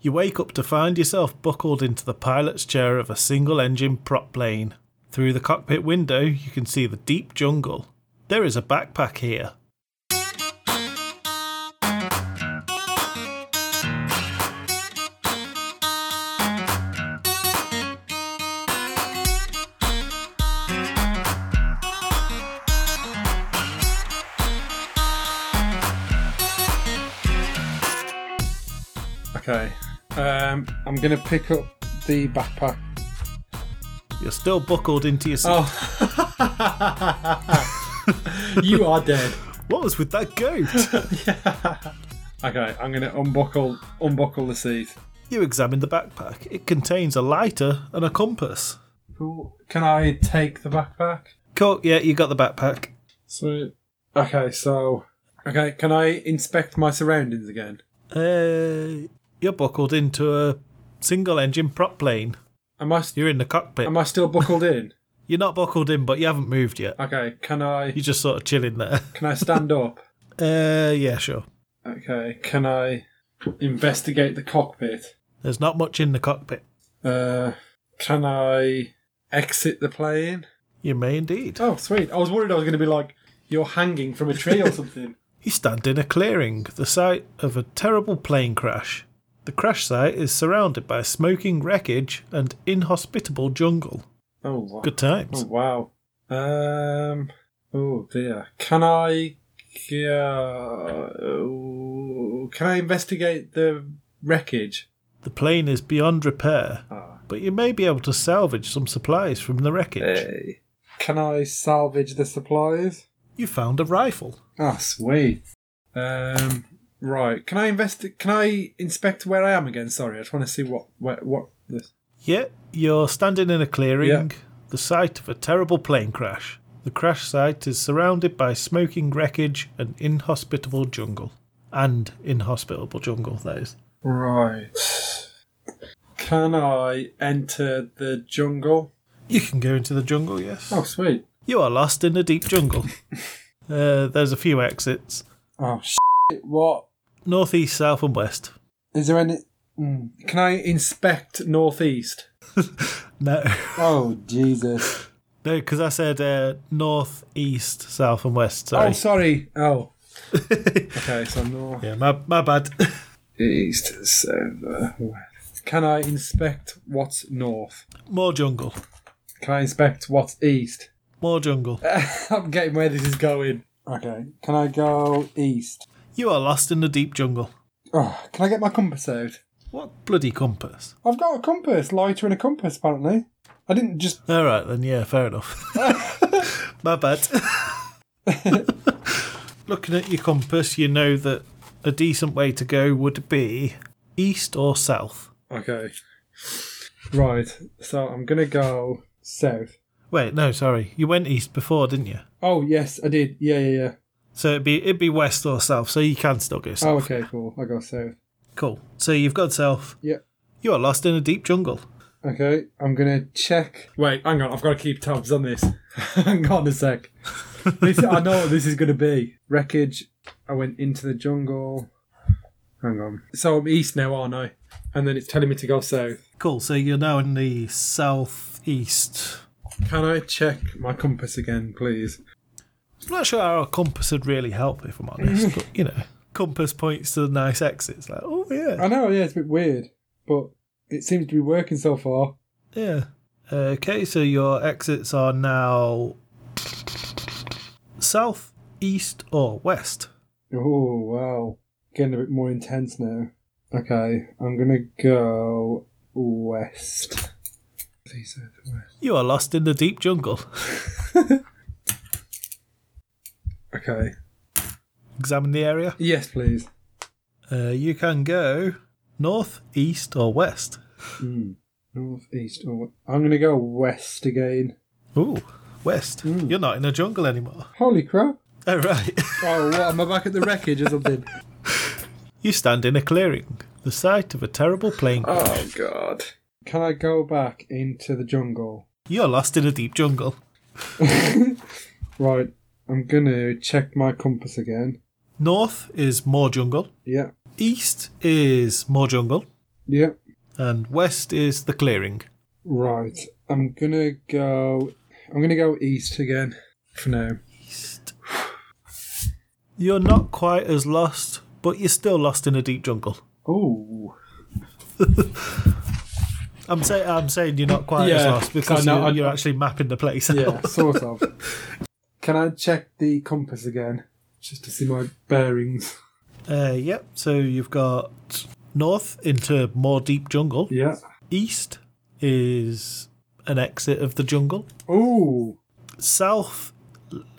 you wake up to find yourself buckled into the pilot's chair of a single engine prop plane. Through the cockpit window, you can see the deep jungle. There is a backpack here. Okay. Um, I'm going to pick up the backpack. You're still buckled into your seat. Oh. you are dead. What was with that goat? Okay, I'm going to unbuckle unbuckle the seat. you examine the backpack. It contains a lighter and a compass. Cool. Can I take the backpack? Cool, yeah, you got the backpack. Sweet. Okay, so okay, can I inspect my surroundings again? Uh, you're buckled into a single engine prop plane. Am I You're in the cockpit. am I still buckled in? You're not buckled in, but you haven't moved yet. Okay, can I You're just sort of chilling there. can I stand up? Uh, yeah, sure. Okay, can I investigate the cockpit? There's not much in the cockpit. Uh, can I exit the plane? You may indeed. Oh, sweet. I was worried I was going to be like, you're hanging from a tree or something. You stand in a clearing, the site of a terrible plane crash. The crash site is surrounded by smoking wreckage and inhospitable jungle. Oh, wow. Good times. Oh, wow. Um, oh, dear. Can I. Uh, oh, can I investigate the wreckage? The plane is beyond repair, Ah. but you may be able to salvage some supplies from the wreckage. Hey. Can I salvage the supplies? You found a rifle. Ah, sweet. Um, right. Can I invest? Can I inspect where I am again? Sorry, I just want to see what where, what this. Yeah, you're standing in a clearing, Yeah. the site of a terrible plane crash. The crash site is surrounded by smoking wreckage and inhospitable jungle. And inhospitable jungle, that is. Right. Can I enter the jungle? You can go into the jungle, yes. Oh, sweet. You are lost in the deep jungle. uh, there's a few exits Oh, shit. What? northeast, south, and west. Is there any. Mm. Can I inspect northeast? No, Oh, Jesus. no, because I said uh, north, east, south, and west. Sorry. Oh, sorry. Oh. okay, so north. yeah, my, my bad. East, south, uh, west. Can I inspect what's north? More jungle. Can I inspect what's east? More jungle. Uh. I'm getting where this is going. Okay. Can I go east? You are lost in the deep jungle. Oh, can I get my compass out? What bloody compass? I've got a compass, lighter and a compass, apparently. I didn't just. All right, then, yeah, fair enough. my bad. Looking at your compass, you know that a decent way to go would be east or south. Okay. Right, so I'm gonna go south. Wait, no, sorry. You went east before, didn't you? Oh, yes, I did. Yeah, yeah, yeah. So it'd be it'd be west or south, so you can still go south. Oh, okay, cool. I go south. Cool. So you've got south. Yeah. You are lost in a deep jungle. Okay, I'm gonna check. Wait, hang on, I've got to keep tabs on this. hang on a sec. This, I know what this is gonna be. Wreckage. I went into the jungle. Hang on. So I'm east now, aren't I? And then it's telling me to go south. Cool. So you're now in the southeast. Can I check my compass again, please? I'm not sure how a compass would really help, if I'm honest. but you know, compass points to the nice exits. Like, oh yeah, I know, yeah, it's a bit weird, but it seems to be working so far. yeah. Okay, so your exits are now south, east, or west. Oh wow, getting a bit more intense now. Okay, I'm gonna go west. Please, uh, the west. You are lost in the deep jungle. Okay. Examine the area. Yes, please. Uh, you can go north, east, or west. North, east, Hmm, or west. I'm gonna go west again. Ooh, west. You're not in a jungle anymore. Holy crap! Oh, right. Oh, what? Am I back at the wreckage or something? you stand in a clearing, the site of a terrible plane. crash. oh god. Can I go back into the jungle? You're lost in a deep jungle. Right. I'm gonna check my compass again. North is more jungle. Yeah. East is more jungle. Yep. and west is the clearing. Right. I'm gonna go. I'm gonna go east again for now. East. You're not quite as lost, but you're still lost in a deep jungle. Oh. I'm saying I'm saying you're not quite as Yeah, lost 'cause because I know- you're, I- you're actually mapping the place. out. Yeah, sort of. Can I check the compass again just to see my bearings? Uh, yep. So you've got north into more deep jungle. Yeah. East is an exit of the jungle. Oh. South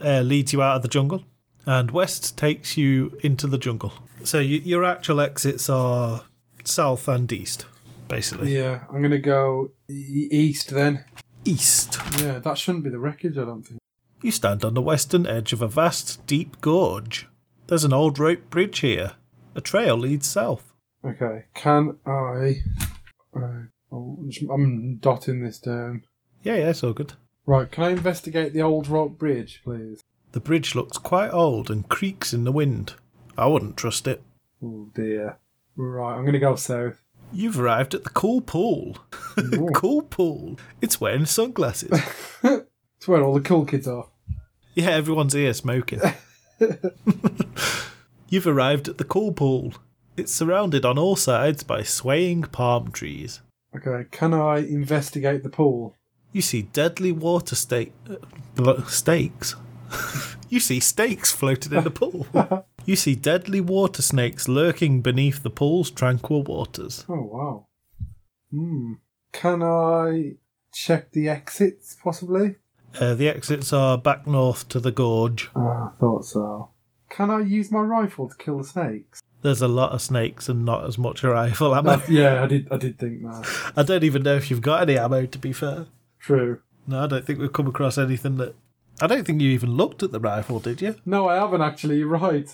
uh, leads you out of the jungle, and west takes you into the jungle. So you, your actual exits are south and east, basically. Yeah. I'm gonna go e- east then. East. Yeah, that shouldn't be the wreckage. I don't think. You stand on the western edge of a vast, deep gorge. There's an old rope bridge here. A trail leads south. Okay. Can I? Uh, I'll just- I'm dotting this down. Yeah, yeah, it's all good. Right. Can I investigate the old rock bridge, please? The bridge looks quite old and creaks in the wind. I wouldn't trust it. Oh dear. Right. I'm gonna go south. You've arrived at the cool pool. Ooh. cool pool. It's wearing sunglasses. It's where all the cool kids are. yeah, everyone's here smoking. You've arrived at the cool pool. It's surrounded on all sides by swaying palm trees. Okay. Can I investigate the pool? You see deadly water stake, stakes. you see stakes floated in the pool. you see deadly water snakes lurking beneath the pool's tranquil waters. Oh wow. Hmm. Can I check the exits possibly? Uh, the exits are back north to the gorge. Ah, I thought so. Can I use my rifle to kill the snakes? There's a lot of snakes and not as much rifle ammo. yeah, I did. I did think that. I don't even know if you've got any ammo, to be fair. True. No, I don't think we've come across anything that. I don't think you even looked at the rifle, did you? No, I haven't actually. You're right.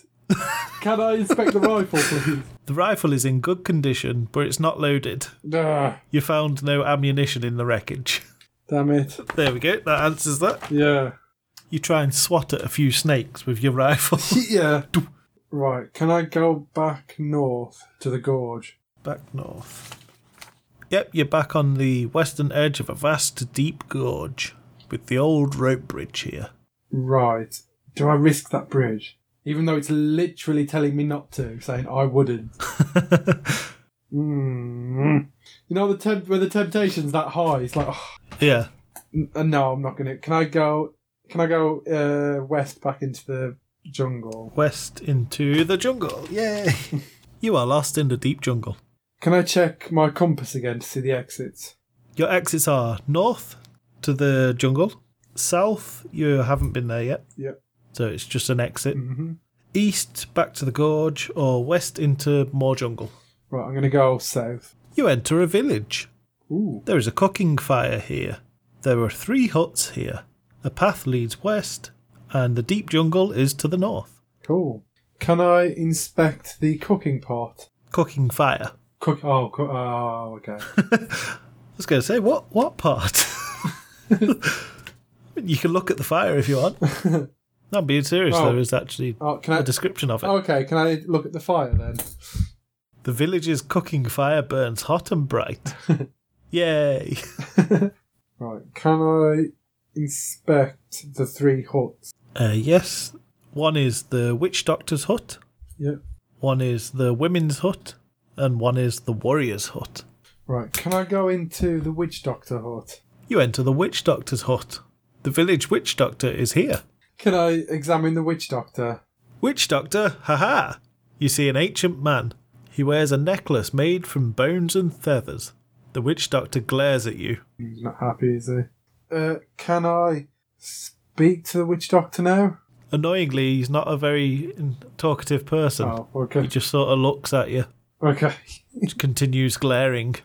Can I inspect the rifle, please? The rifle is in good condition, but it's not loaded. Ah, You found no ammunition in the wreckage. damn it. There we go, that answers that. Yeah. You try and swat at a few snakes with your rifle. Yeah. Right. Can I go back north to the gorge? back north. Yep, you're back on the western edge of a vast, deep gorge with the old rope bridge here. Right. Do I risk that bridge? Even though it's literally telling me not to, saying I wouldn't. Mm. You know the temp- where the temptation's that high. It's like, oh, yeah, n- no, I'm not gonna. Can I go? Can I go uh, west back into the jungle? west into the jungle. Yay! you are lost in the deep jungle. Can I check my compass again to see the exits? Your exits are north to the jungle, south, you haven't been there yet, Yep. so it's just an exit, hmm east back to the gorge, or west into more jungle. Right, I'm gonna go south. You enter a village. Ooh. There is a cooking fire here. There are three huts here. A path leads west, and the deep jungle is to the north. Cool. Can I inspect the cooking pot? Cooking fire. Cook. Oh. Co- oh. Okay. I was going to say, what what part? you can look at the fire if you want. Not being serious, Oh. there is actually Oh, can I? a description of it. okay. Can I look at the fire then? The village's cooking fire burns hot and bright. Yay! Right. Can I inspect the three huts? Uh, yes, one is the witch doctor's hut, Yep. one is the women's hut, and one is the warrior's hut. Right, can I go into the witch doctor hut? You enter the witch doctor's hut. The village witch doctor is here. Can I examine the witch doctor? Witch doctor, haha! You see an ancient man. He wears a necklace made from bones and feathers. The witch doctor glares at you. He's not happy, is he? Uh, can I speak to the witch doctor now? Annoyingly, he's not a very talkative person. Oh, He okay. just sort of looks at you, Okay. just continues glaring.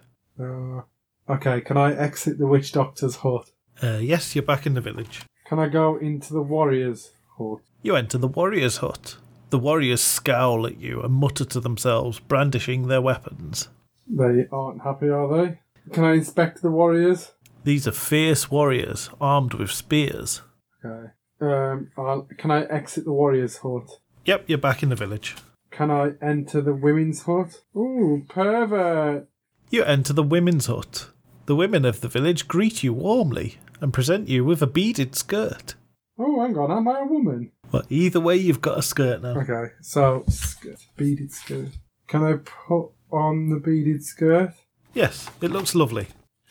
Uh, okay, can I exit the witch doctor's hut? Uh, yes, you're back in the village. Can I go into the warrior's hut? You enter the warrior's hut. The warriors scowl at you and mutter to themselves, brandishing their weapons. They aren't happy, are they? Can I inspect the warriors? These are fierce warriors, armed with spears. Okay. Um, I'll, can I exit the warrior's hut? Yep, you're back in the village. Can I enter the women's hut? Ooh, pervert! You enter the women's hut. The women of the village greet you warmly and present you with a beaded skirt. Oh, hang on, am I a woman? Well, either way, you've got a skirt now. Okay, so skirt, beaded skirt. Can I put on the beaded skirt? Yes, it looks lovely.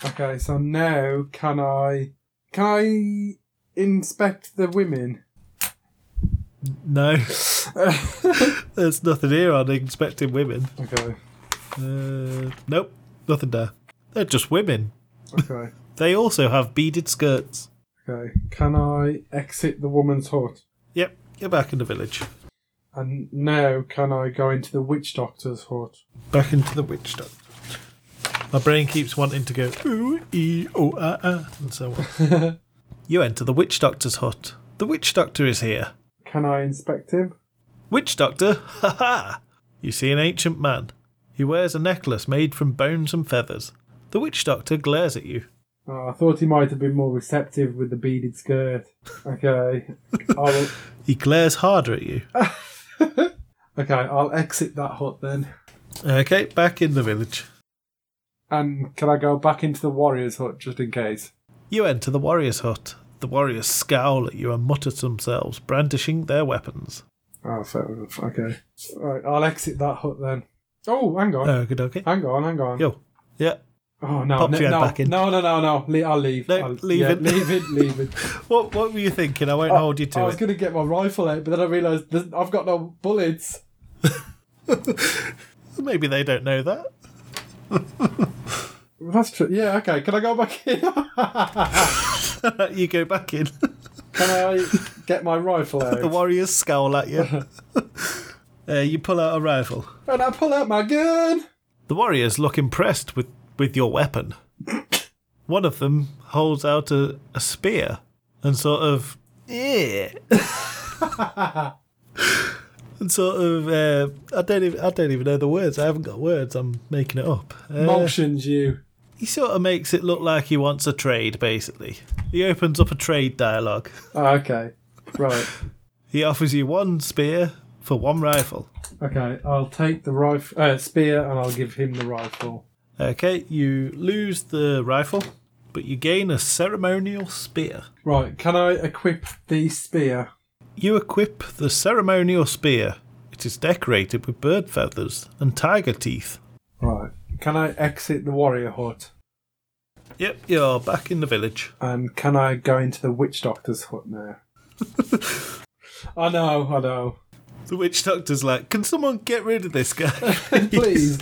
Okay, so now can I can I inspect the women? No, there's nothing here on inspecting women. okay, Uh, nope, nothing there. They're just women. okay, They also have beaded skirts. okay. Can I exit the woman's hut? Yep, you're back in the village. And now can I go into the witch doctor's hut? Back into the witch doctor. My brain keeps wanting to go ooh ee oh ah ah and so on. you enter the witch doctor's hut. The witch doctor is here. Can I inspect him? Witch doctor, ha ha! You see an ancient man. He wears a necklace made from bones and feathers. The witch doctor glares at you. Oh, I thought he might have been more receptive with the beaded skirt. Okay, I'll He glares harder at you. okay I'll exit that hut then. Okay, back in the village. And can I go back into the warrior's hut just in case? You enter the warrior's hut. The warriors scowl at you and mutter to themselves, brandishing their weapons. Oh, fair enough. Okay. Right, I'll exit that hut then. Oh, hang on. Okay, okay. Hang on, hang on. Yo. Yeah. Oh, no. Pop no, your head no, back in. no, no, no, no. Le- I'll leave. No, I'll, leave yeah, it. Leave it, leave it. What What were you thinking? I won't hold you to Uh, I it. was going to get my rifle out, but then I realised that I've got no bullets. Maybe they don't know that. That's true. Yeah, okay. Can I go back in? Can Uh, you go back in. I get my rifle out? the warriors scowl at you. uh, you pull out a rifle. and I pull out my gun. The warriors look impressed with, with your weapon. One of them holds out a, a spear and sort of, yeah. and sort of, uh, I, don't even, I don't even know the words. I haven't got words. I'm making it up. Uh, Motions you. he sort of makes it look like he wants a trade, basically. He opens up a trade dialogue. Oh, okay. Right. He offers you one spear for one rifle. Okay. I'll take the rifle, uh, spear, and I'll give him the rifle. Okay, you lose the rifle, but you gain a ceremonial spear. Right. Can I equip the spear? You equip the ceremonial spear. It is decorated with bird feathers and tiger teeth. Right. Can I exit the warrior hut? Yep, you're back in the village. And can I go into the witch doctor's hut now? I know, I know. The witch doctor's like, Can someone get rid of this guy? Please.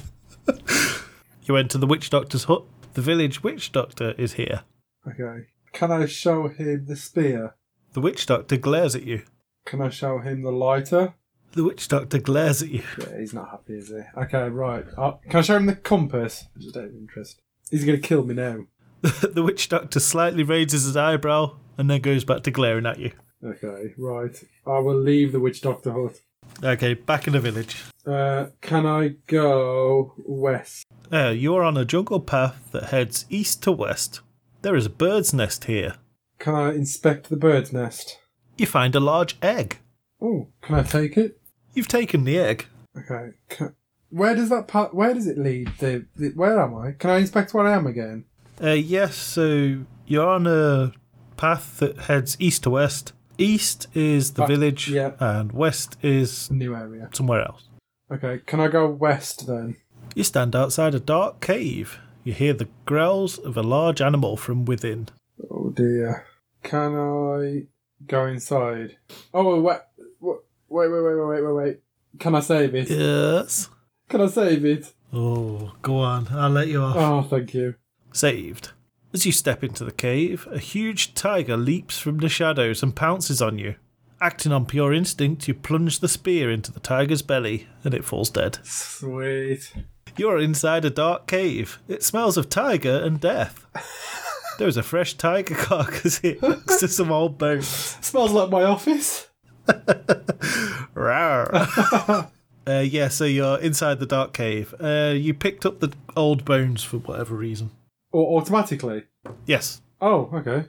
You enter the witch doctor's hut. The village witch doctor is here. Okay. Can I show him the spear? The witch doctor glares at you. Can I show him the lighter? The witch doctor glares at you. Yeah, he's not happy, is he? Okay, right. Uh, can I show him the compass? I just out of interest. He's going to kill me now. the witch doctor slightly raises his eyebrow and then goes back to glaring at you. Okay, right. I will leave the witch doctor hut. Okay, back in the village. Uh, can I go west? Uh, you are on a jungle path that heads east to west. There is a bird's nest here. Can I inspect the bird's nest? You find a large egg. Oh, can I take it? You've taken the egg. Okay. Can, where does that part? Where does it lead? The, the where am I? Can I inspect where I am again? Uh, yes, so you're on a path that heads east to west. East is the Ah, village, yeah. and west is New area. somewhere else. Okay. Can I go west then? You stand outside a dark cave. You hear the growls of a large animal from within. Oh dear. Can I go inside? Oh wait, wait, wait, wait, wait, wait, wait, wait. Can I save it? Yes. Can I save it? Oh, go on. I'll let you off. Oh, thank you. Saved. As you step into the cave, a huge tiger leaps from the shadows and pounces on you. Acting on pure instinct, you plunge the spear into the tiger's belly and it falls dead. Sweet. You're inside a dark cave. It smells of tiger and death. There is a fresh tiger carcass here next to some old bones. Smells like my office. Rawr. uh, yeah, so you're inside the dark cave. Uh, you picked up the old bones for whatever reason. Or automatically. Yes. Oh, okay.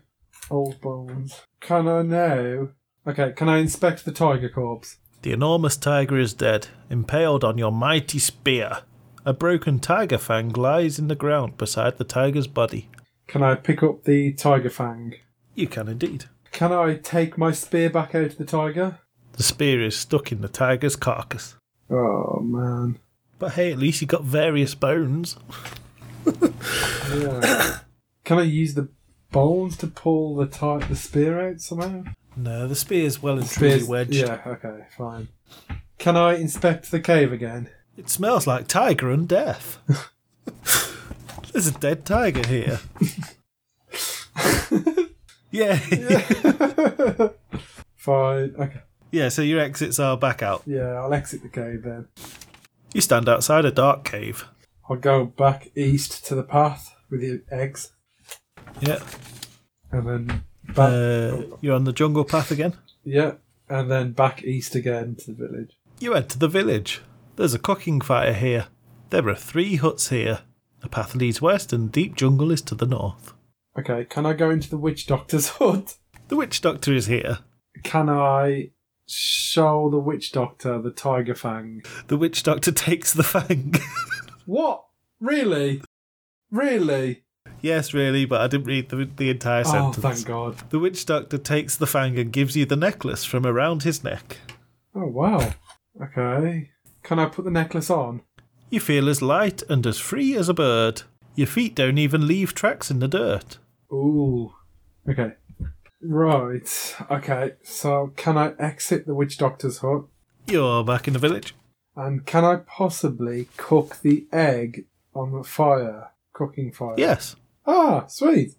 Old bones. Can I now? Okay. Can I inspect the tiger corpse? The enormous tiger is dead, impaled on your mighty spear. A broken tiger fang lies in the ground beside the tiger's body. Can I pick up the tiger fang? You can indeed. Can I take my spear back out of the tiger? The spear is stuck in the tiger's carcass. Oh man. But hey, at least you got various bones. Yeah. Can I use the bones to pull the ti- the spear out somehow? No, the spear's well and truly Spear's- wedged. Yeah, okay, fine. Can I inspect the cave again? It smells like tiger and death. There's a dead tiger here. yeah. yeah. Fine. Okay. so your exits are back out. Yeah, I'll exit the cave then. You stand outside a dark cave. I'll go back east to the path with the eggs, Yeah. and then back. Uh, you're on the jungle path again. yeah, and then back east again to the village. You enter the village. There's a cooking fire here. There are three huts here. The path leads west and deep jungle is to the north. Okay. Can I go into the witch doctor's hut? The witch doctor is here. Can I show the witch doctor the tiger fang? The witch doctor takes the fang. What? Really? Really? yes, really, but I didn't read the, the entire Oh, sentence. thank God. The witch doctor takes the fang and gives you the necklace from around his neck. Oh, wow. Okay. Can I put the necklace on? You feel as light and as free as a bird. Your feet don't even leave tracks in the dirt. Ooh. Okay. Right. Okay. So, can I exit the witch doctor's hut? You're back in the village. And can I possibly cook the egg on the fire? Cooking fire? Yes, Ah, sweet.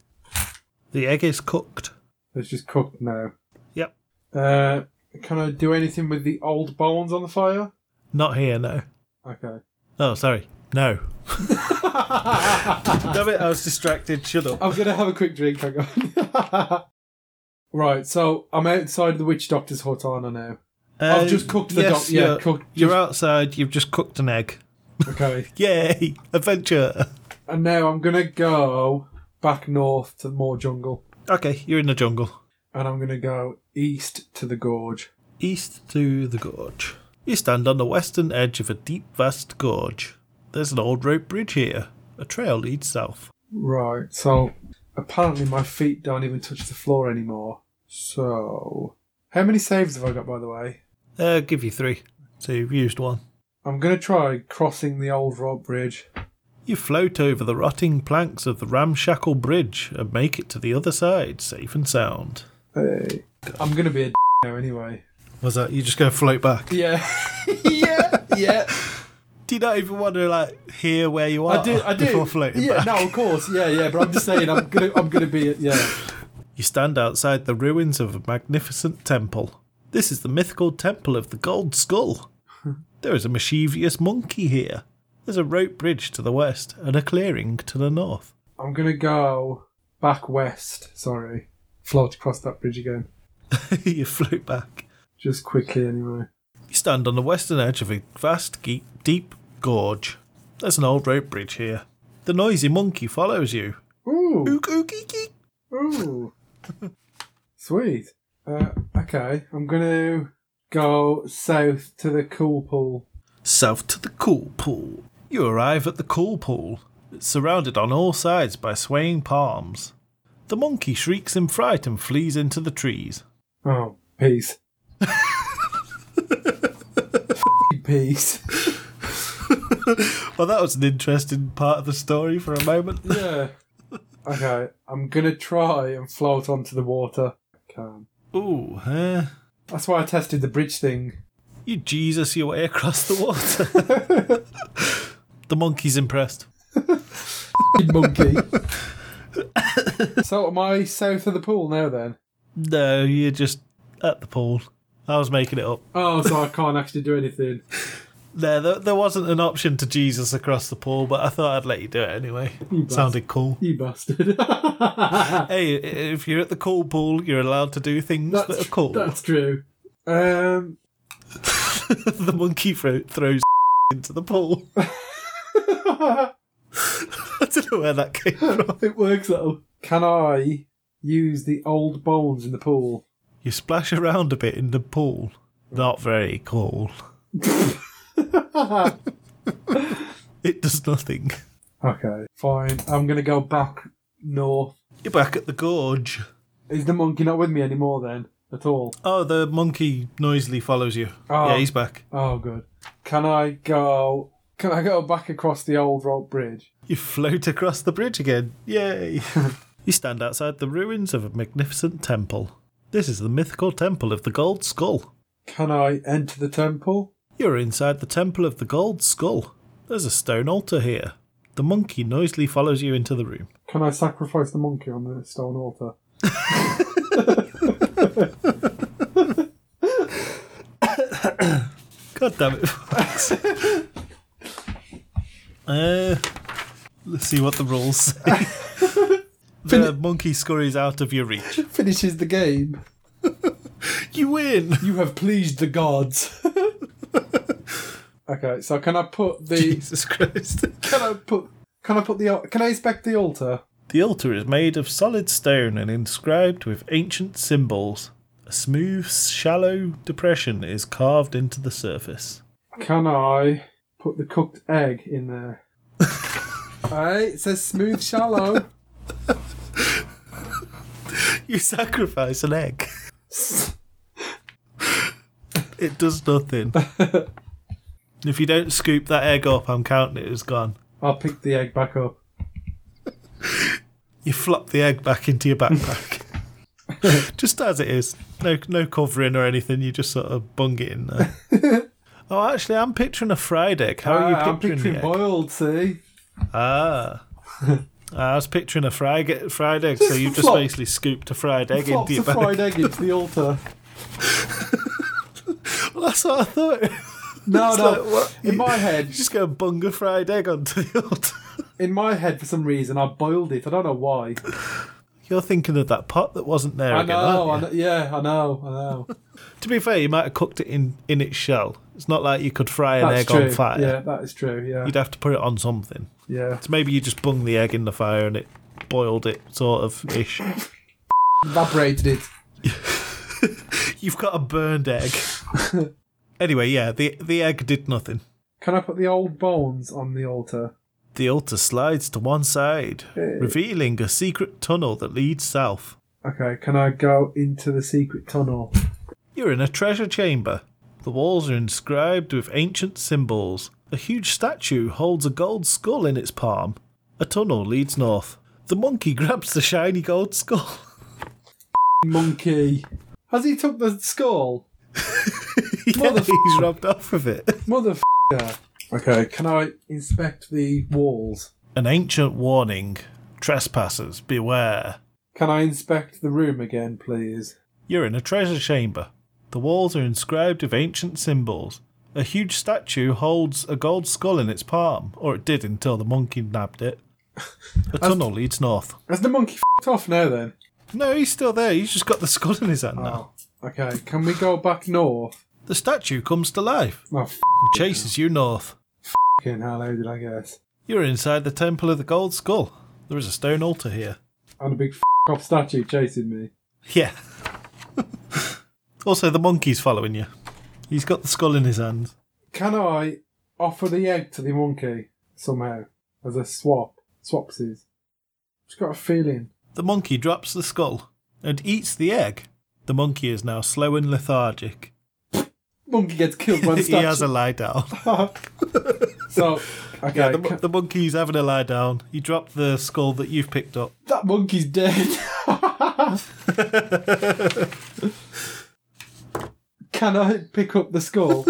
the egg is cooked. It's just cooked now. Yep, Uh, can I do anything with the old bones on the fire? not here, no. Okay. Oh, sorry, no. Damn it, I was distracted. Shut up. I'm gonna have a quick drink. Hang on. right. So I'm outside the witch doctor's hut, aren't I now? I've just cooked the Um, yes, doc- yeah, you're, cooked- you're just- outside, you've just cooked an egg. Okay. Yay! Adventure! and now I'm gonna go back north to more jungle, Okay, you're in the jungle. and I'm gonna go east to the gorge. east to the gorge. You stand on the western edge of a deep, vast gorge. There's an old rope bridge here. A trail leads south. Right, so apparently my feet don't even touch the floor anymore. So, how many saves have I got, by the way? Uh, give you three. So you've used one. I'm gonna try crossing the old rock bridge. You float over the rotting planks of the ramshackle bridge and make it to the other side, safe and sound. Hey, I'm gonna be a d- now anyway. Was that you just gonna float back? Yeah, yeah, yeah. Do you not even want to like hear where you are I do, I do. before floating yeah, back? no, of course, yeah, yeah. But I'm just saying, I'm gonna, I'm gonna be, a, yeah. You stand outside the ruins of a magnificent temple. This is the mythical temple of the Gold Skull. There is a mischievous monkey here. There's a rope bridge to the west and a clearing to the north. I'm gonna go back west. Sorry, float across that bridge again, you float back. just quickly anyway. You stand on the western edge of a vast, ge- deep gorge. There's an old rope bridge here. The noisy monkey follows you. Ooh, Ook ook eek eek. ooh, sweet. Uh, okay, I'm gonna go south to the cool pool. South to the cool pool. You arrive at the cool pool. It's surrounded on all sides by swaying palms. The monkey shrieks in fright and flees into the trees. Oh, peace. F***ing peace. Well, that was an interesting part of the story for a moment. Yeah. Okay, I'm gonna try and float onto the water. Can. Ooh, huh? That's why I tested the bridge thing. You Jesus your way across the water. the monkey's impressed. monkey. so am I south of the pool now then? No, you're just at the pool. I was making it up. Oh, so I can't actually do anything. No, there, there wasn't an option to Jesus across the pool, but I thought I'd let you do it anyway. You Sounded cool. You bastard. that's, Hey, i- if you're at the cool pool, you're allowed to do things that are cool. that's true. Um, the monkey thro- throws into the pool. I don't know where that came from. it works though. Can I use the old bones in the pool? You splash around a bit in the pool. Not very cool. It does nothing. Okay, fine. I'm gonna go back north. You're back at the gorge. Is the monkey not with me anymore then? At all? Oh, the monkey noisily follows you. Oh. Yeah, he's back. Oh, good. Can I go? Can I go back across the old rope bridge? You float across the bridge again. Yay! you stand outside the ruins of a magnificent temple. This is the mythical temple of the Gold Skull. Can I enter the temple? You're inside the temple of the Gold Skull. There's a stone altar here. The monkey noisily follows you into the room. Can I sacrifice the monkey on the stone altar? God damn it. Fox. uh, let's see what the rules say. the monkey scurries out of your reach. Finishes the game. You win! You have pleased the gods. okay, so can I put the? Jesus Christ. Can I put? Can I put the? al- Can I inspect the altar? The altar is made of solid stone and inscribed with ancient symbols. A smooth, shallow depression is carved into the surface. Can I put the cooked egg in there? Alright, it says smooth shallow. You sacrifice an egg. it does nothing. if you don't scoop that egg up, I'm counting it as gone. I'll pick the egg back up. You flop the egg back into your backpack. just as it is. No no covering or anything, you just sort of bung it in there. oh actually I'm picturing a fried egg. How are you Ah, picturing, I'm Oh, the picturing egg? boiled, see? Ah. I was picturing a fried, e- fried egg, so Just you've just flop- basically scooped a fried egg Flops into a your bag. fried egg into the altar. Well, that's what I thought. No, It's no. like, what? In You- my head, You just go bung a fried egg onto the altar. in my head, for some reason, I boiled it. I don't know why. You're thinking of that pot that wasn't there I again, know, I aren't you? know. Yeah, I know. I know. To be fair, you might have cooked it in, in its shell. It's not like you could fry an That's egg true. on fire. Yeah, that is true. Yeah, You'd have to put it on something. yeah. So maybe you just bung the egg in the fire and it boiled it, sort of ish. Evaporated it. You've got a burned egg. anyway, yeah, the, the egg did nothing. Can I put the old bones on the altar? The altar slides to one side, revealing a secret tunnel that leads south. Okay. Can I go into the secret tunnel? You're in a treasure chamber. The walls are inscribed with ancient symbols. A huge statue holds a gold skull in its palm. A tunnel leads north. The monkey grabs the shiny gold skull. Monkey. Has he took the skull? yeah, Motherf- he's robbed off of it. Motherfucker. Okay. Can I inspect the walls? An ancient warning. Trespassers, beware. Can I inspect the room again, please? You're in a treasure chamber. The walls are inscribed with ancient symbols. A huge statue holds a gold skull in its palm, or it did until the monkey nabbed it. A tunnel leads north. Has the monkey f***ed off now then? No, he's still there. He's just got the skull in his hand Oh. now. Okay, can we go back north? The statue comes to life Oh, and chases you north. f***ing hell, how did I guess? You're inside the temple of the gold skull. There is a stone altar here. And a big f*** off statue chasing me. Yeah. also, the monkey's following you. He's got the skull in his hand. Can I offer the egg to the monkey somehow? As a swap? Swapsies? Just got a feeling. The monkey drops the skull and eats the egg. The monkey is now slow and lethargic. Monkey gets killed by the he has a statue. lie down. so, okay, Yeah, the, ca- mon- the monkey's having a lie down. He dropped the skull that you've picked up. that monkey's dead. can I pick up the skull?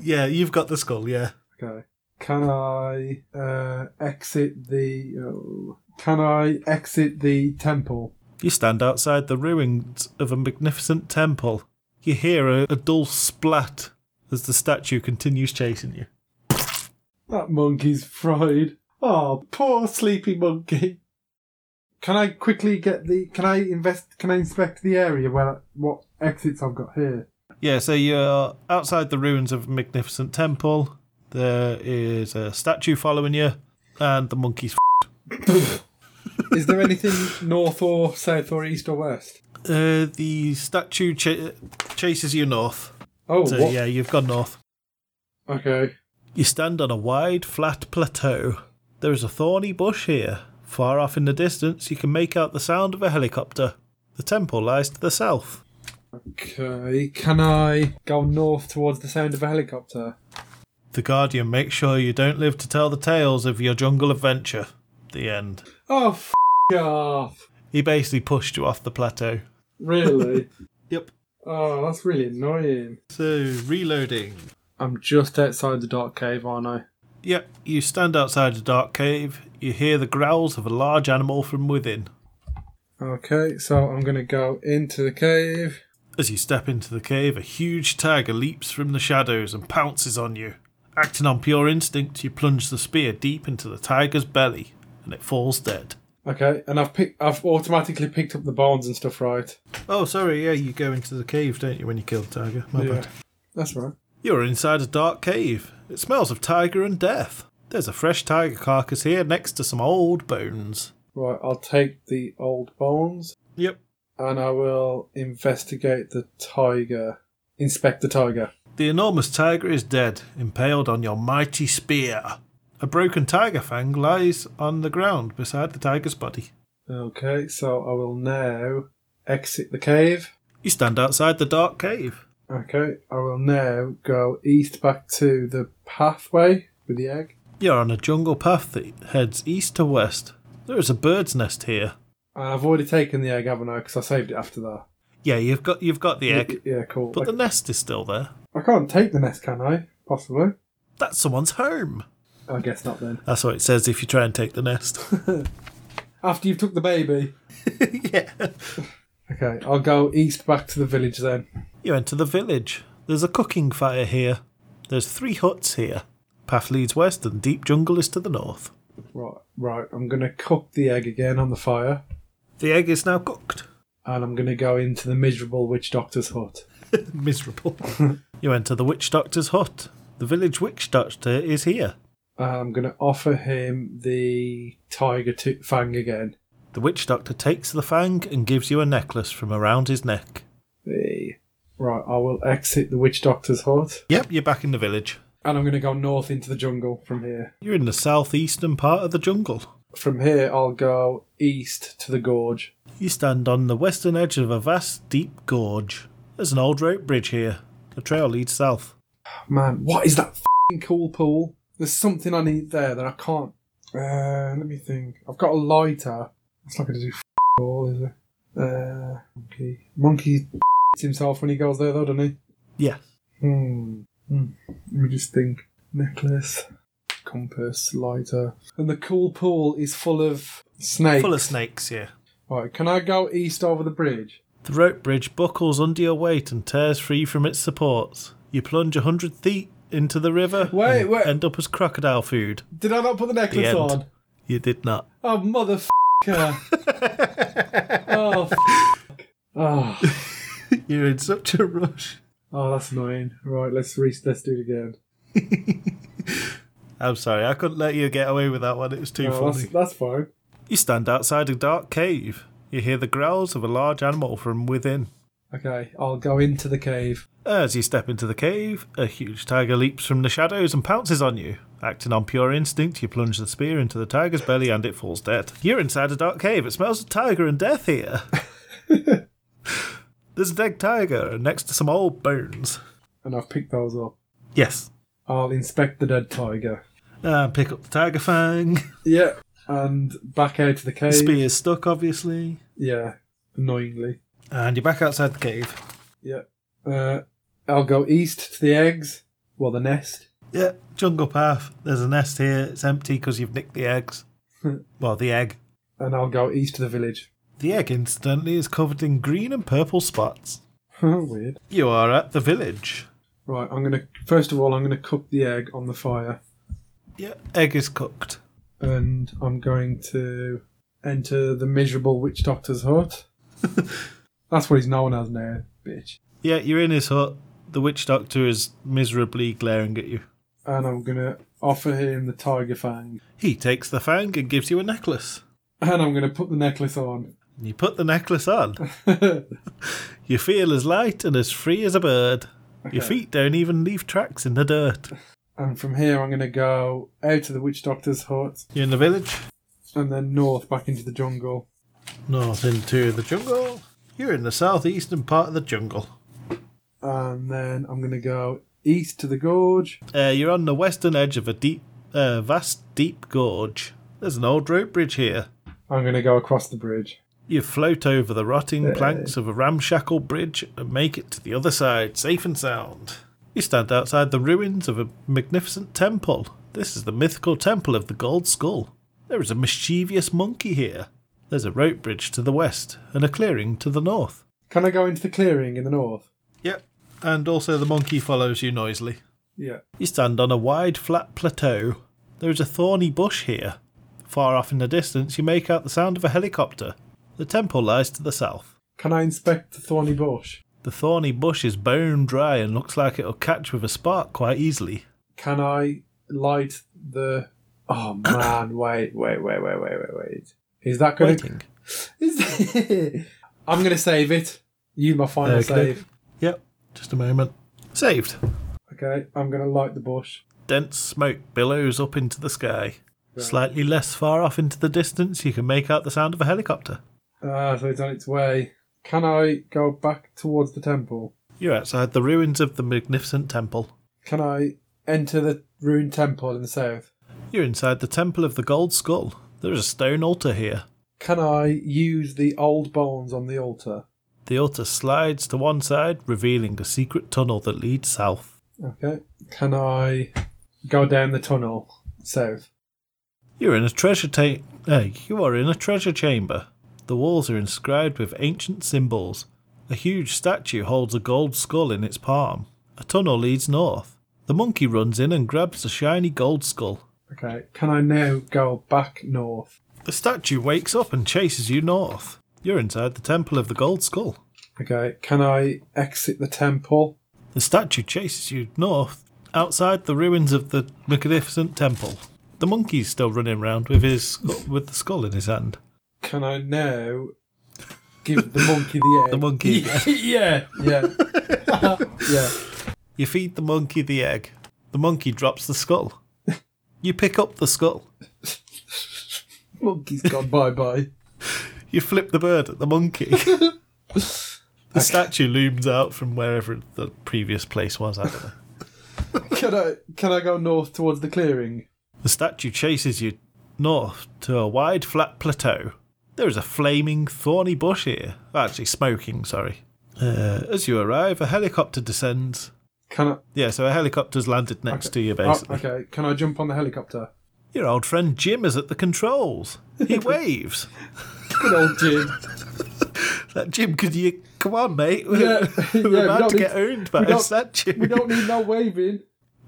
Yeah, you've got the skull, yeah. Okay. Can I uh, exit the? oh, can I exit the temple? You stand outside the ruins of a magnificent temple. You hear a, a dull splat as the statue continues chasing you. That monkey's fried. Oh, poor sleepy monkey. Can I quickly get the? Can I invest? Can I inspect the area where what exits I've got here? Yeah, so you're outside the ruins of a magnificent temple. There is a statue following you, and the monkey's Is there anything north or south or east or west? Uh, the statue ch- chases you north. Oh, So what? yeah, you've gone north. okay. You stand on a wide, flat plateau. There is a thorny bush here. Far off in the distance, you can make out the sound of a helicopter. The temple lies to the south. Okay, can I go north towards the sound of a helicopter? The Guardian makes sure you don't live to tell the tales of your jungle adventure. The end. Oh, f- off. He basically pushed you off the plateau. Really? Yep. oh, that's really annoying. So, reloading. I'm just outside the dark cave, aren't I? Yep, you stand outside a dark cave. You hear the growls of a large animal from within. Okay, so I'm gonna go into the cave. As you step into the cave, a huge tiger leaps from the shadows and pounces on you. Acting on pure instinct, you plunge the spear deep into the tiger's belly, and it falls dead. Okay, and I've picked, I've automatically picked up the bones and stuff, right? Oh, sorry, yeah, you go into the cave, don't you, when you kill the tiger? My bad. that's right. You're inside a dark cave. It smells of tiger and death. There's a fresh tiger carcass here next to some old bones. Right, I'll take the old bones Yep. and I will investigate the tiger. Inspect the tiger. The enormous tiger is dead, impaled on your mighty spear. A broken tiger fang lies on the ground beside the tiger's body. Okay, so I will now exit the cave. You stand outside the dark cave. Okay, I will now go east back to the pathway with the egg. You're on a jungle path that heads east to west. There is a bird's nest here. And I've already taken the egg, haven't I? Because I saved it after that. Yeah, you've got you've got the egg, Yeah, cool. but I, the nest is still there. I can't take the nest, can I? Possibly. That's someone's home. I guess not then. That's what it says if you try and take the nest. After you've took the baby. yeah. Okay, I'll go east back to the village then. You enter the village. There's a cooking fire here. There's three huts here. Path leads west and deep jungle is to the north. Right, right. I'm gonna cook the egg again on the fire, The egg is now cooked. and I'm gonna go into the miserable witch doctor's hut. Miserable. you enter the witch doctor's hut. The village witch doctor is here. And I'm gonna offer him the tiger to- fang again. The witch doctor takes the fang and gives you a necklace from around his neck. The- Right, I will exit the witch doctor's hut, Yep, you're back in the village. and I'm gonna go north into the jungle from here. You're in the southeastern part of the jungle. From here, I'll go east to the gorge. You stand on the western edge of a vast, deep gorge. There's an old rope bridge here. The trail leads south. Man, what is that fing cool pool? There's something I need there that I can't. Uh, let me think. I've got a lighter. It's not going to do f- all, is it? Uh, monkey. Monkey f- himself when he goes there, though, doesn't Yeah. he? Hmm. hmm. Let me just think. Necklace, compass, lighter, and the cool pool is full of snakes. Full of snakes, yeah. Right, can I go east over the bridge? The rope bridge buckles under your weight and tears free from its supports. You plunge a hundred feet into the river Wait, and wait. end up as crocodile food. Did I not put the necklace end. on? You did not. Oh, motherfucker. oh, f- oh. You're in such a rush. Oh, that's annoying. Right, let's re- let's do it again. I'm sorry, I couldn't let you get away with that one. It was too Oh, funny. that's, that's fine. You stand outside a dark cave. You hear the growls of a large animal from within. Okay, I'll go into the cave. As you step into the cave, a huge tiger leaps from the shadows and pounces on you. Acting on pure instinct, you plunge the spear into the tiger's belly and it falls dead. You're inside a dark cave. It smells of tiger and death here. There's a dead tiger next to some old bones. And I've picked those up. Yes. I'll inspect the dead tiger. And Uh, pick up the tiger fang. Yeah. And back out to the cave. The spear's stuck, obviously. Yeah. Annoyingly. And you're back outside the cave. Yeah. Uh, I'll go east to the eggs. Well, the nest. Yeah, jungle path. There's a nest here. It's empty because you've nicked the eggs. well, the egg. And I'll go east to the village. The egg, incidentally, is covered in green and purple spots. Weird. You are at the village. Right, I'm gonna. First of all, I'm gonna cook the egg on the fire. Yeah, egg is cooked. And I'm going to enter the miserable witch doctor's hut. That's what he's known as now, bitch. Yeah, you're in his hut. The witch doctor is miserably glaring at you. And I'm gonna offer him the tiger fang. He takes the fang and gives you a necklace. And I'm gonna put the necklace on. You put the necklace on. You feel as light and as free as a bird. Your feet don't even leave tracks in the dirt. And from here, I'm going to go out of the witch doctor's hut You're in the village, and then north back into the jungle. north into the jungle. You're in the southeastern part of the jungle. And then I'm going to go east to the gorge. Uh, you're on the western edge of a deep, uh, vast, deep gorge. There's an old rope bridge here. I'm going to go across the bridge. You float over the rotting planks of a ramshackle bridge and make it to the other side, safe and sound. You stand outside the ruins of a magnificent temple. This is the mythical temple of the Gold Skull. There is a mischievous monkey here. There's a rope bridge to the west and a clearing to the north. Can I go into the clearing in the north? Yep. And also the monkey follows you noisily. Yeah. You stand on a wide, flat plateau. There is a thorny bush here. Far off in the distance, you make out the sound of a helicopter. The temple lies to the south. Can I inspect the thorny bush? The thorny bush is bone dry and looks like it'll catch with a spark quite easily. Can I light the? Oh man! wait, wait, wait, wait, wait, wait, wait. Is that going to? Waiting. Is... I'm going to save it. You my final Okay. save. Yep, just a moment. Saved. Okay, I'm going to light the bush. Dense smoke billows up into the sky. Slightly less far off into the distance, you can make out the sound of a helicopter. Ah, so it's on its way. Can I go back towards the temple? You're outside the ruins of the magnificent temple. Can I enter the ruined temple in the south? You're inside the temple of the Gold Skull. There is a stone altar here. Can I use the old bones on the altar? The altar slides to one side, revealing a secret tunnel that leads south. Okay. Can I go down the tunnel south? You're in a treasure ta- eh, you are in a treasure chamber. The walls are inscribed with ancient symbols. A huge statue holds a gold skull in its palm. A tunnel leads north. The monkey runs in and grabs the shiny gold skull. Okay. Can I now go back north? The statue wakes up and chases you north. You're inside the temple of the gold skull. Okay. Can I exit the temple? The statue chases you north, outside the ruins of the magnificent temple. The monkey's still running round with his with the skull in his hand. Can I now give the monkey the egg? The monkey. yeah. Yeah. yeah. You feed the monkey the egg. The monkey drops the skull. You pick up the skull. Monkey's gone bye bye. You flip the bird at the monkey. the statue looms out from wherever the previous place was. I don't know. Can I can I go north towards the clearing? The statue chases you north to a wide, flat plateau. There is a flaming, thorny bush here. Actually, smoking, sorry. Uh, as you arrive, a helicopter descends. Can I? Yeah, so a helicopter's landed next to you, basically. Oh, okay. Can I jump on the helicopter? Your old friend Jim is at the controls. He waves. Good old Jim. That Jim, could you come on, mate? We're, Yeah, yeah, we're we about don't to need- get owned by we a don't- statue. we don't need no waving.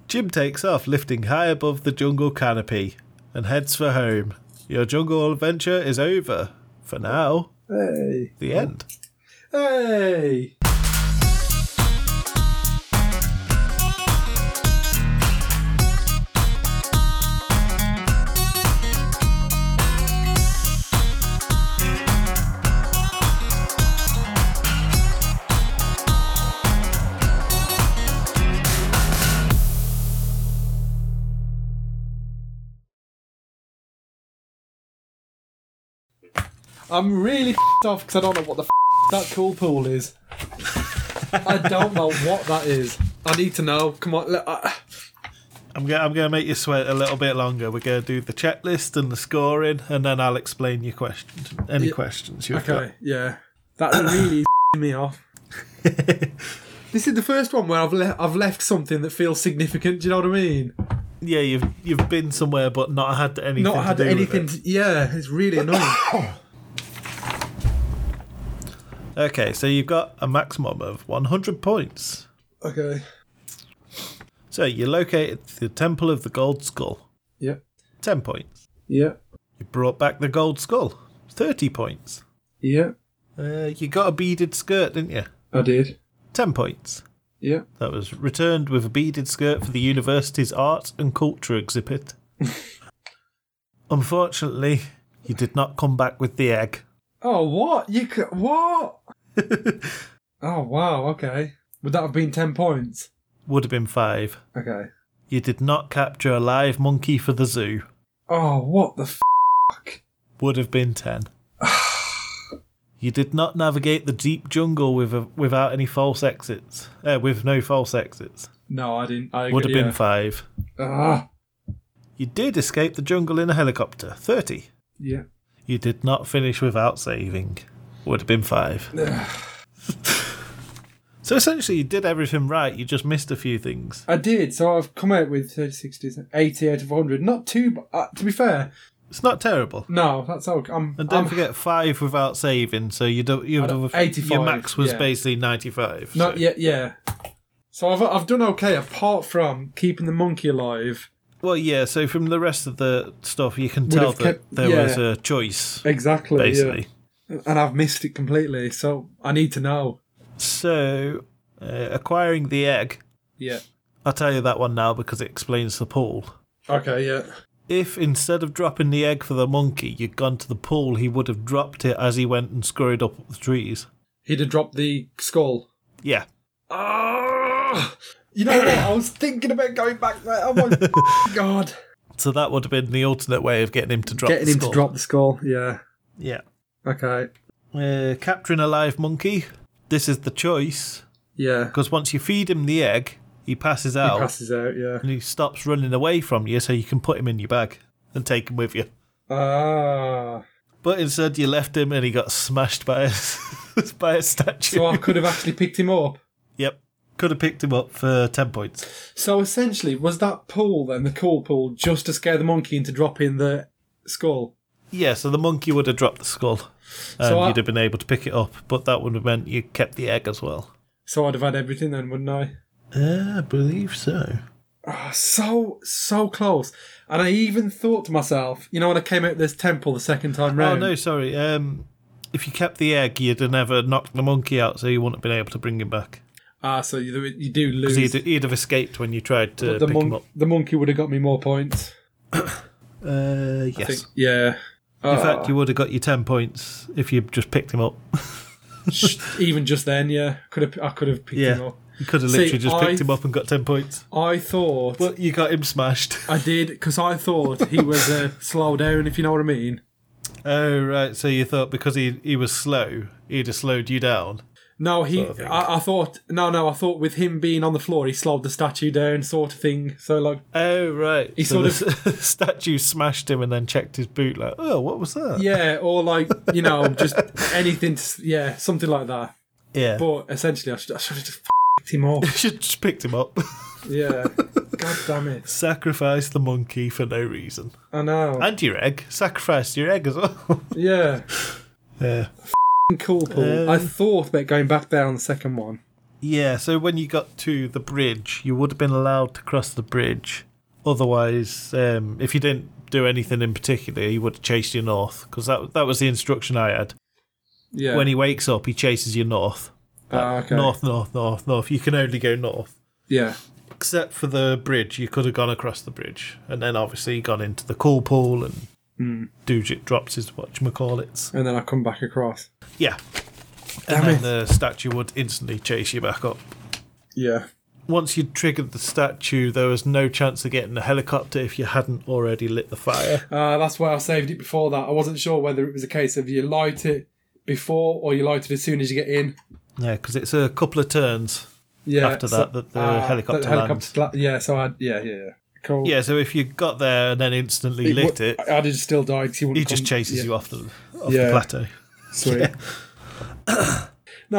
Jim takes off, lifting high above the jungle canopy, and heads for home. Your jungle adventure is over for now. Hey, The end. hey. I'm really f***ed off because I don't know what the f- that cool pool is. I don't know what that is. I need to know. Come on. Let, uh, I I'm going. I'm going to make you sweat a little bit longer. We're going to do the checklist and the scoring, and then I'll explain your questions. Any Yeah. questions you've okay. Yeah. That really is f***ing me off. got? This is the first one where I've le- I've left something that feels significant. Do you know what I mean? yeah, you've you've been somewhere but not had anything. Not to had do with anything. it. To, yeah, it's really annoying. Okay, so you've got a maximum of 100 points. okay. So you located the Temple of the Gold Skull, Yep. 10 points. Yep. You brought back the Gold Skull, 30 points. Yep. Uh, you got a beaded skirt, didn't you? I did. 10 points. Yep. That was returned with a beaded skirt for the university's art and culture exhibit. Unfortunately, you did not come back with the egg. Oh, what? You could, what? oh, wow. Okay. Would that have been 10 points? Would have been five. Okay. You did not capture a live monkey for the zoo. Oh, what the f? Would have been 10. you did not navigate the deep jungle with a, without any false exits. Uh, with no false exits. No, I didn't. I Would have been yeah. 5. Ah, You did escape the jungle in a helicopter. 30. yeah. You did not finish without saving. Would have been 5. so essentially, you did everything right. You just missed a few things. I did. So I've come out with 36, 80 out of 100. Not too. b- Uh, to be fair, It's not terrible. no, that's okay. I'm. And don't I'm- forget five without saving, so you don't. You Um, I don't- have 85, Your max was yeah. basically ninety-five. Not so- yet, yeah. So I've, I've done okay apart from keeping the monkey alive. Well, yeah. So from the rest of the stuff, you can Would tell have that kept- there yeah. was a choice, Exactly. basically. And I've missed it completely, so I need to know. So uh, acquiring the egg, Yeah. I'll tell you that one now because it explains the pool. Okay, yeah. If instead of dropping the egg for the monkey, you'd gone to the pool, he would have dropped it as he went and scurried up the trees. He'd have dropped the skull. Yeah. Ah! You know what? I was thinking about going back there. Oh my god. So that would have been the alternate way of getting him to drop. Getting the him skull. to drop the skull, yeah. Yeah. Okay. Uh, capturing a live monkey. This is the choice Yeah. because once you feed him the egg, he passes out He passes out, yeah. and he stops running away from you, so you can put him in your bag and take him with you. Ah. But instead, you left him and he got smashed by a by a statue. So I could have actually picked him up. Yep, could have picked him up for ten points. So essentially, was that pool then, the cool pool, just to scare the monkey into dropping the skull? Yeah, so the monkey would have dropped the skull, and I- you'd have been able to pick it up. But that would have meant you kept the egg as well. So I'd have had everything then, wouldn't I? Uh, I believe so. Ah, so, so close. And I even thought to myself, you know, when I came out of this temple the second time Oh round. no, sorry. Um, if you kept the egg, you'd have never knocked the monkey out, so you wouldn't have been able to bring him back. Ah, so you, you do lose. 'Cause He'd, he'd have escaped when you tried to But the, uh, pick him mon- up. the monkey would have got me more points. Uh, yes. Ah. I think- yeah. In fact, you would have got your ten points if you just picked him up. Sh- even just then, yeah, could have I could have picked him up. you could have See, literally just I- picked him up and got ten points. I thought But you got him smashed. I did because I thought he was uh, slow down, if you know what I mean. Oh right, so you thought because he he was slow, he'd have slowed you down. No, he. I, I thought no, no. I thought with him being on the floor, he slowed the statue down, sort of thing. So like, Oh right, he sort of statue smashed him and then checked his boot like, oh, what was that? yeah, or like you know, just anything. To, s- yeah, something like that. yeah. But essentially, I should, I should have just f***ed him up. should just picked him up. Yeah. God damn it! Sacrifice the monkey for no reason. I know. And your egg. Sacrifice your egg as well. yeah. yeah. Cool Um, pool. I thought about going back there on the second one. Yeah, so when you got to the bridge, you would have been allowed to cross the bridge. Otherwise, um, if you didn't do anything in particular, he would have chased you north. Because that, that was the instruction I had. Yeah. When he wakes up, he chases you north. Ah, okay. North, north, north, north. You can only go north. Yeah. Except for the bridge, you could have gone across the bridge. And then obviously gone into the cool pool and Hmm. Doojit drops his whatchamacallits. And then I come back across. Yeah. Damn and it. then the statue would instantly chase you back up. Yeah. Once you'd triggered the statue, there was no chance of getting a helicopter if you hadn't already lit the fire. Uh, that's why I saved it before that. I wasn't sure whether it was a case of you light it before or you light it as soon as you get in. Yeah, because it's a couple of turns. Yeah. After that, that the ah, helicopter helicopter la- yeah. So I. Yeah. Yeah. yeah. Cool. Yeah, so if you got there and then instantly He lit w- it, I- I'd have still died. 'cause He, he just chases you off the off Um, Yeah. the plateau. Sweet. no,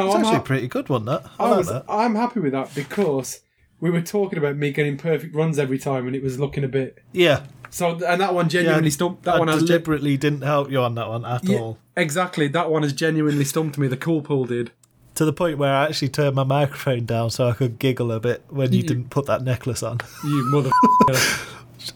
It's I'm, actually a ha- pretty good one. That I, I like was, that. I'm happy with that because we were talking about me getting perfect runs every time, and it was looking a bit. Yeah, So and that one genuinely Yeah, stumped. That I one has gen- deliberately didn't help you on that one at Yeah, all. exactly. That one has genuinely stumped me. The cool pool did. To the point where I actually turned my microphone down so I could giggle a bit when you didn't put that necklace on. You mother. I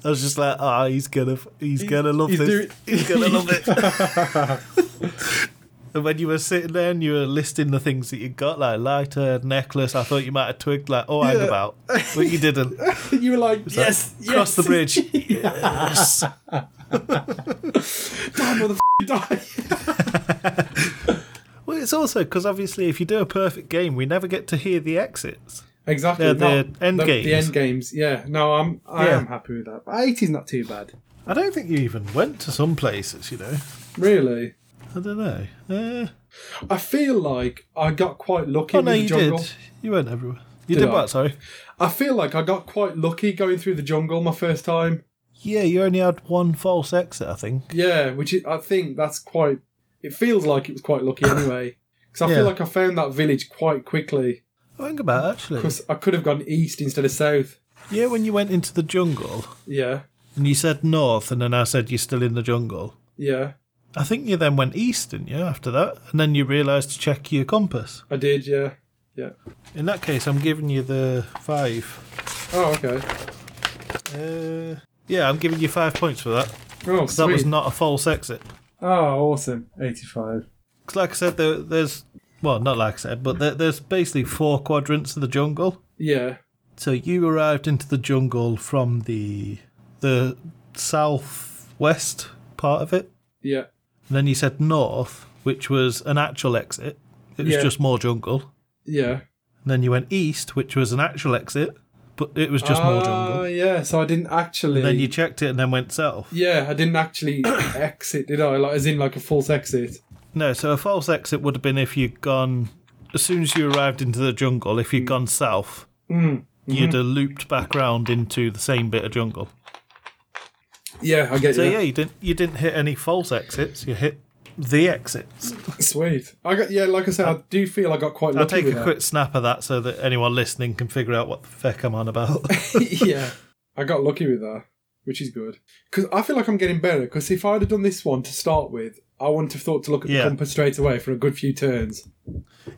was just like, ah, he's gonna, he's gonna love he's this. doing- he's gonna love it. and when you were sitting there and you were listing the things that you got, like lighter, necklace, I thought you might have twigged, like, oh, hang about, but you didn't. you were like, yes, yes. Cross the bridge. yes. Die, mother. Die. Well, it's also because obviously, if you do a perfect game, we never get to hear the exits. Exactly. They're no, the end the, The games. end games. Yeah. No, I'm I Yeah. am happy with that. But 80's not too bad. I don't think you even went to some places, you know. Really. I don't know. Uh, I feel like I got quite lucky oh, with no, the you jungle. did. You went everywhere. You Did did I? what, sorry? I feel like I got quite lucky going through the jungle my first time. Yeah, you only had one false exit, I think. Yeah, which is, I think that's quite. It feels like it was quite lucky anyway. Because I Yeah. feel like I found that village quite quickly. I think about it, actually. Because I could have gone east instead of south. Yeah, when you went into the jungle Yeah, and you said north, and then I said you're still in the jungle. yeah, I think you then went east, didn't you, after that? And then you realised to check your compass. I did, yeah. In that case, I'm giving you the five. Oh, okay. Uh, yeah, I'm giving you five points for that. 'cause Oh, That sweet. was not a false exit. oh, awesome. 85. 'Cause like I said, there, there's well, not like I said, but there, there's basically four quadrants of the jungle. Yeah, So you arrived into the jungle from the the southwest part of it, yeah, and then you said north, which was an actual exit. It was Yeah. just more jungle. yeah. And then you went east, which was an actual exit, but it was just more Ah, jungle. yeah, so I didn't actually. And then you checked it and then went south. Yeah, I didn't actually exit, did I? Like, as in, like a false exit. No, so a false exit would have been if you'd gone as soon as you arrived into the jungle. If you'd gone south, Mm. you'd have looped back round into the same bit of jungle. Yeah, I get So you. yeah, you didn't you didn't hit any false exits. You hit the exits. Sweet. I got yeah. Like I said, I do feel I got quite lucky. I'll take with a quick snap of that so that anyone listening can figure out what the feck I'm on about. that. yeah, I got lucky with that, which is good. Because I feel like I'm getting better. Because if I'd have done this one to start with, I wouldn't have thought to look at Yeah. the compass straight away for a good few turns.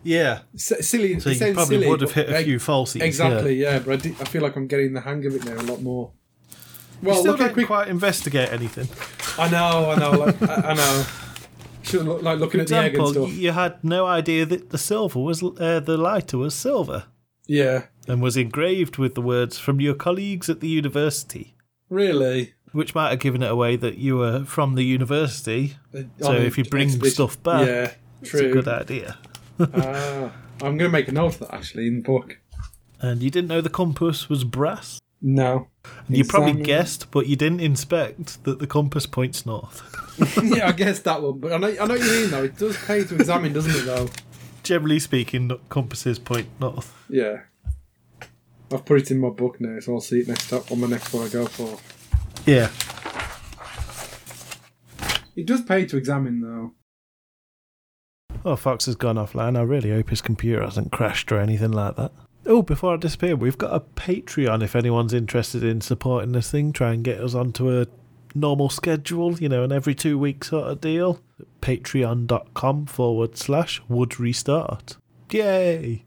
yeah, S- silly. so it you sounds probably silly, would have but hit a e- few falsies. yeah. Exactly. Yeah, but I, di- I feel like I'm getting the hang of it now a lot more. Well, Still Oh, look at don't quick. quite investigate anything. I know. I know. Like, I, I know. Should look like looking at the egg and example, stuff. you had no idea that the silver was uh, the lighter was silver Yeah. and was engraved with the words from your colleagues at the university, Really. which might have given it away that you were from the university. So if you bring stuff back, Uh, yeah, It's a true. good idea. Ah, I'm going to make a note of that actually in the book. And you didn't know the compass was brass. No. And you probably Examine- guessed, but you didn't inspect that the compass points north. yeah, I guess that one. But I know, I know what you mean though. It does pay to examine, doesn't it? Though. Generally speaking, no- compasses point north. Yeah. I've put it in my book now, so I'll see it next up on the next one I go for. Yeah. It does pay to examine though. Oh, Fox has gone offline. I really hope his computer hasn't crashed or anything like that. Oh, before I disappear, we've got a Patreon if anyone's interested in supporting this thing. Try and get us onto a normal schedule, you know, an every two week sort of deal. Patreon.com forward slash would restart. Yay!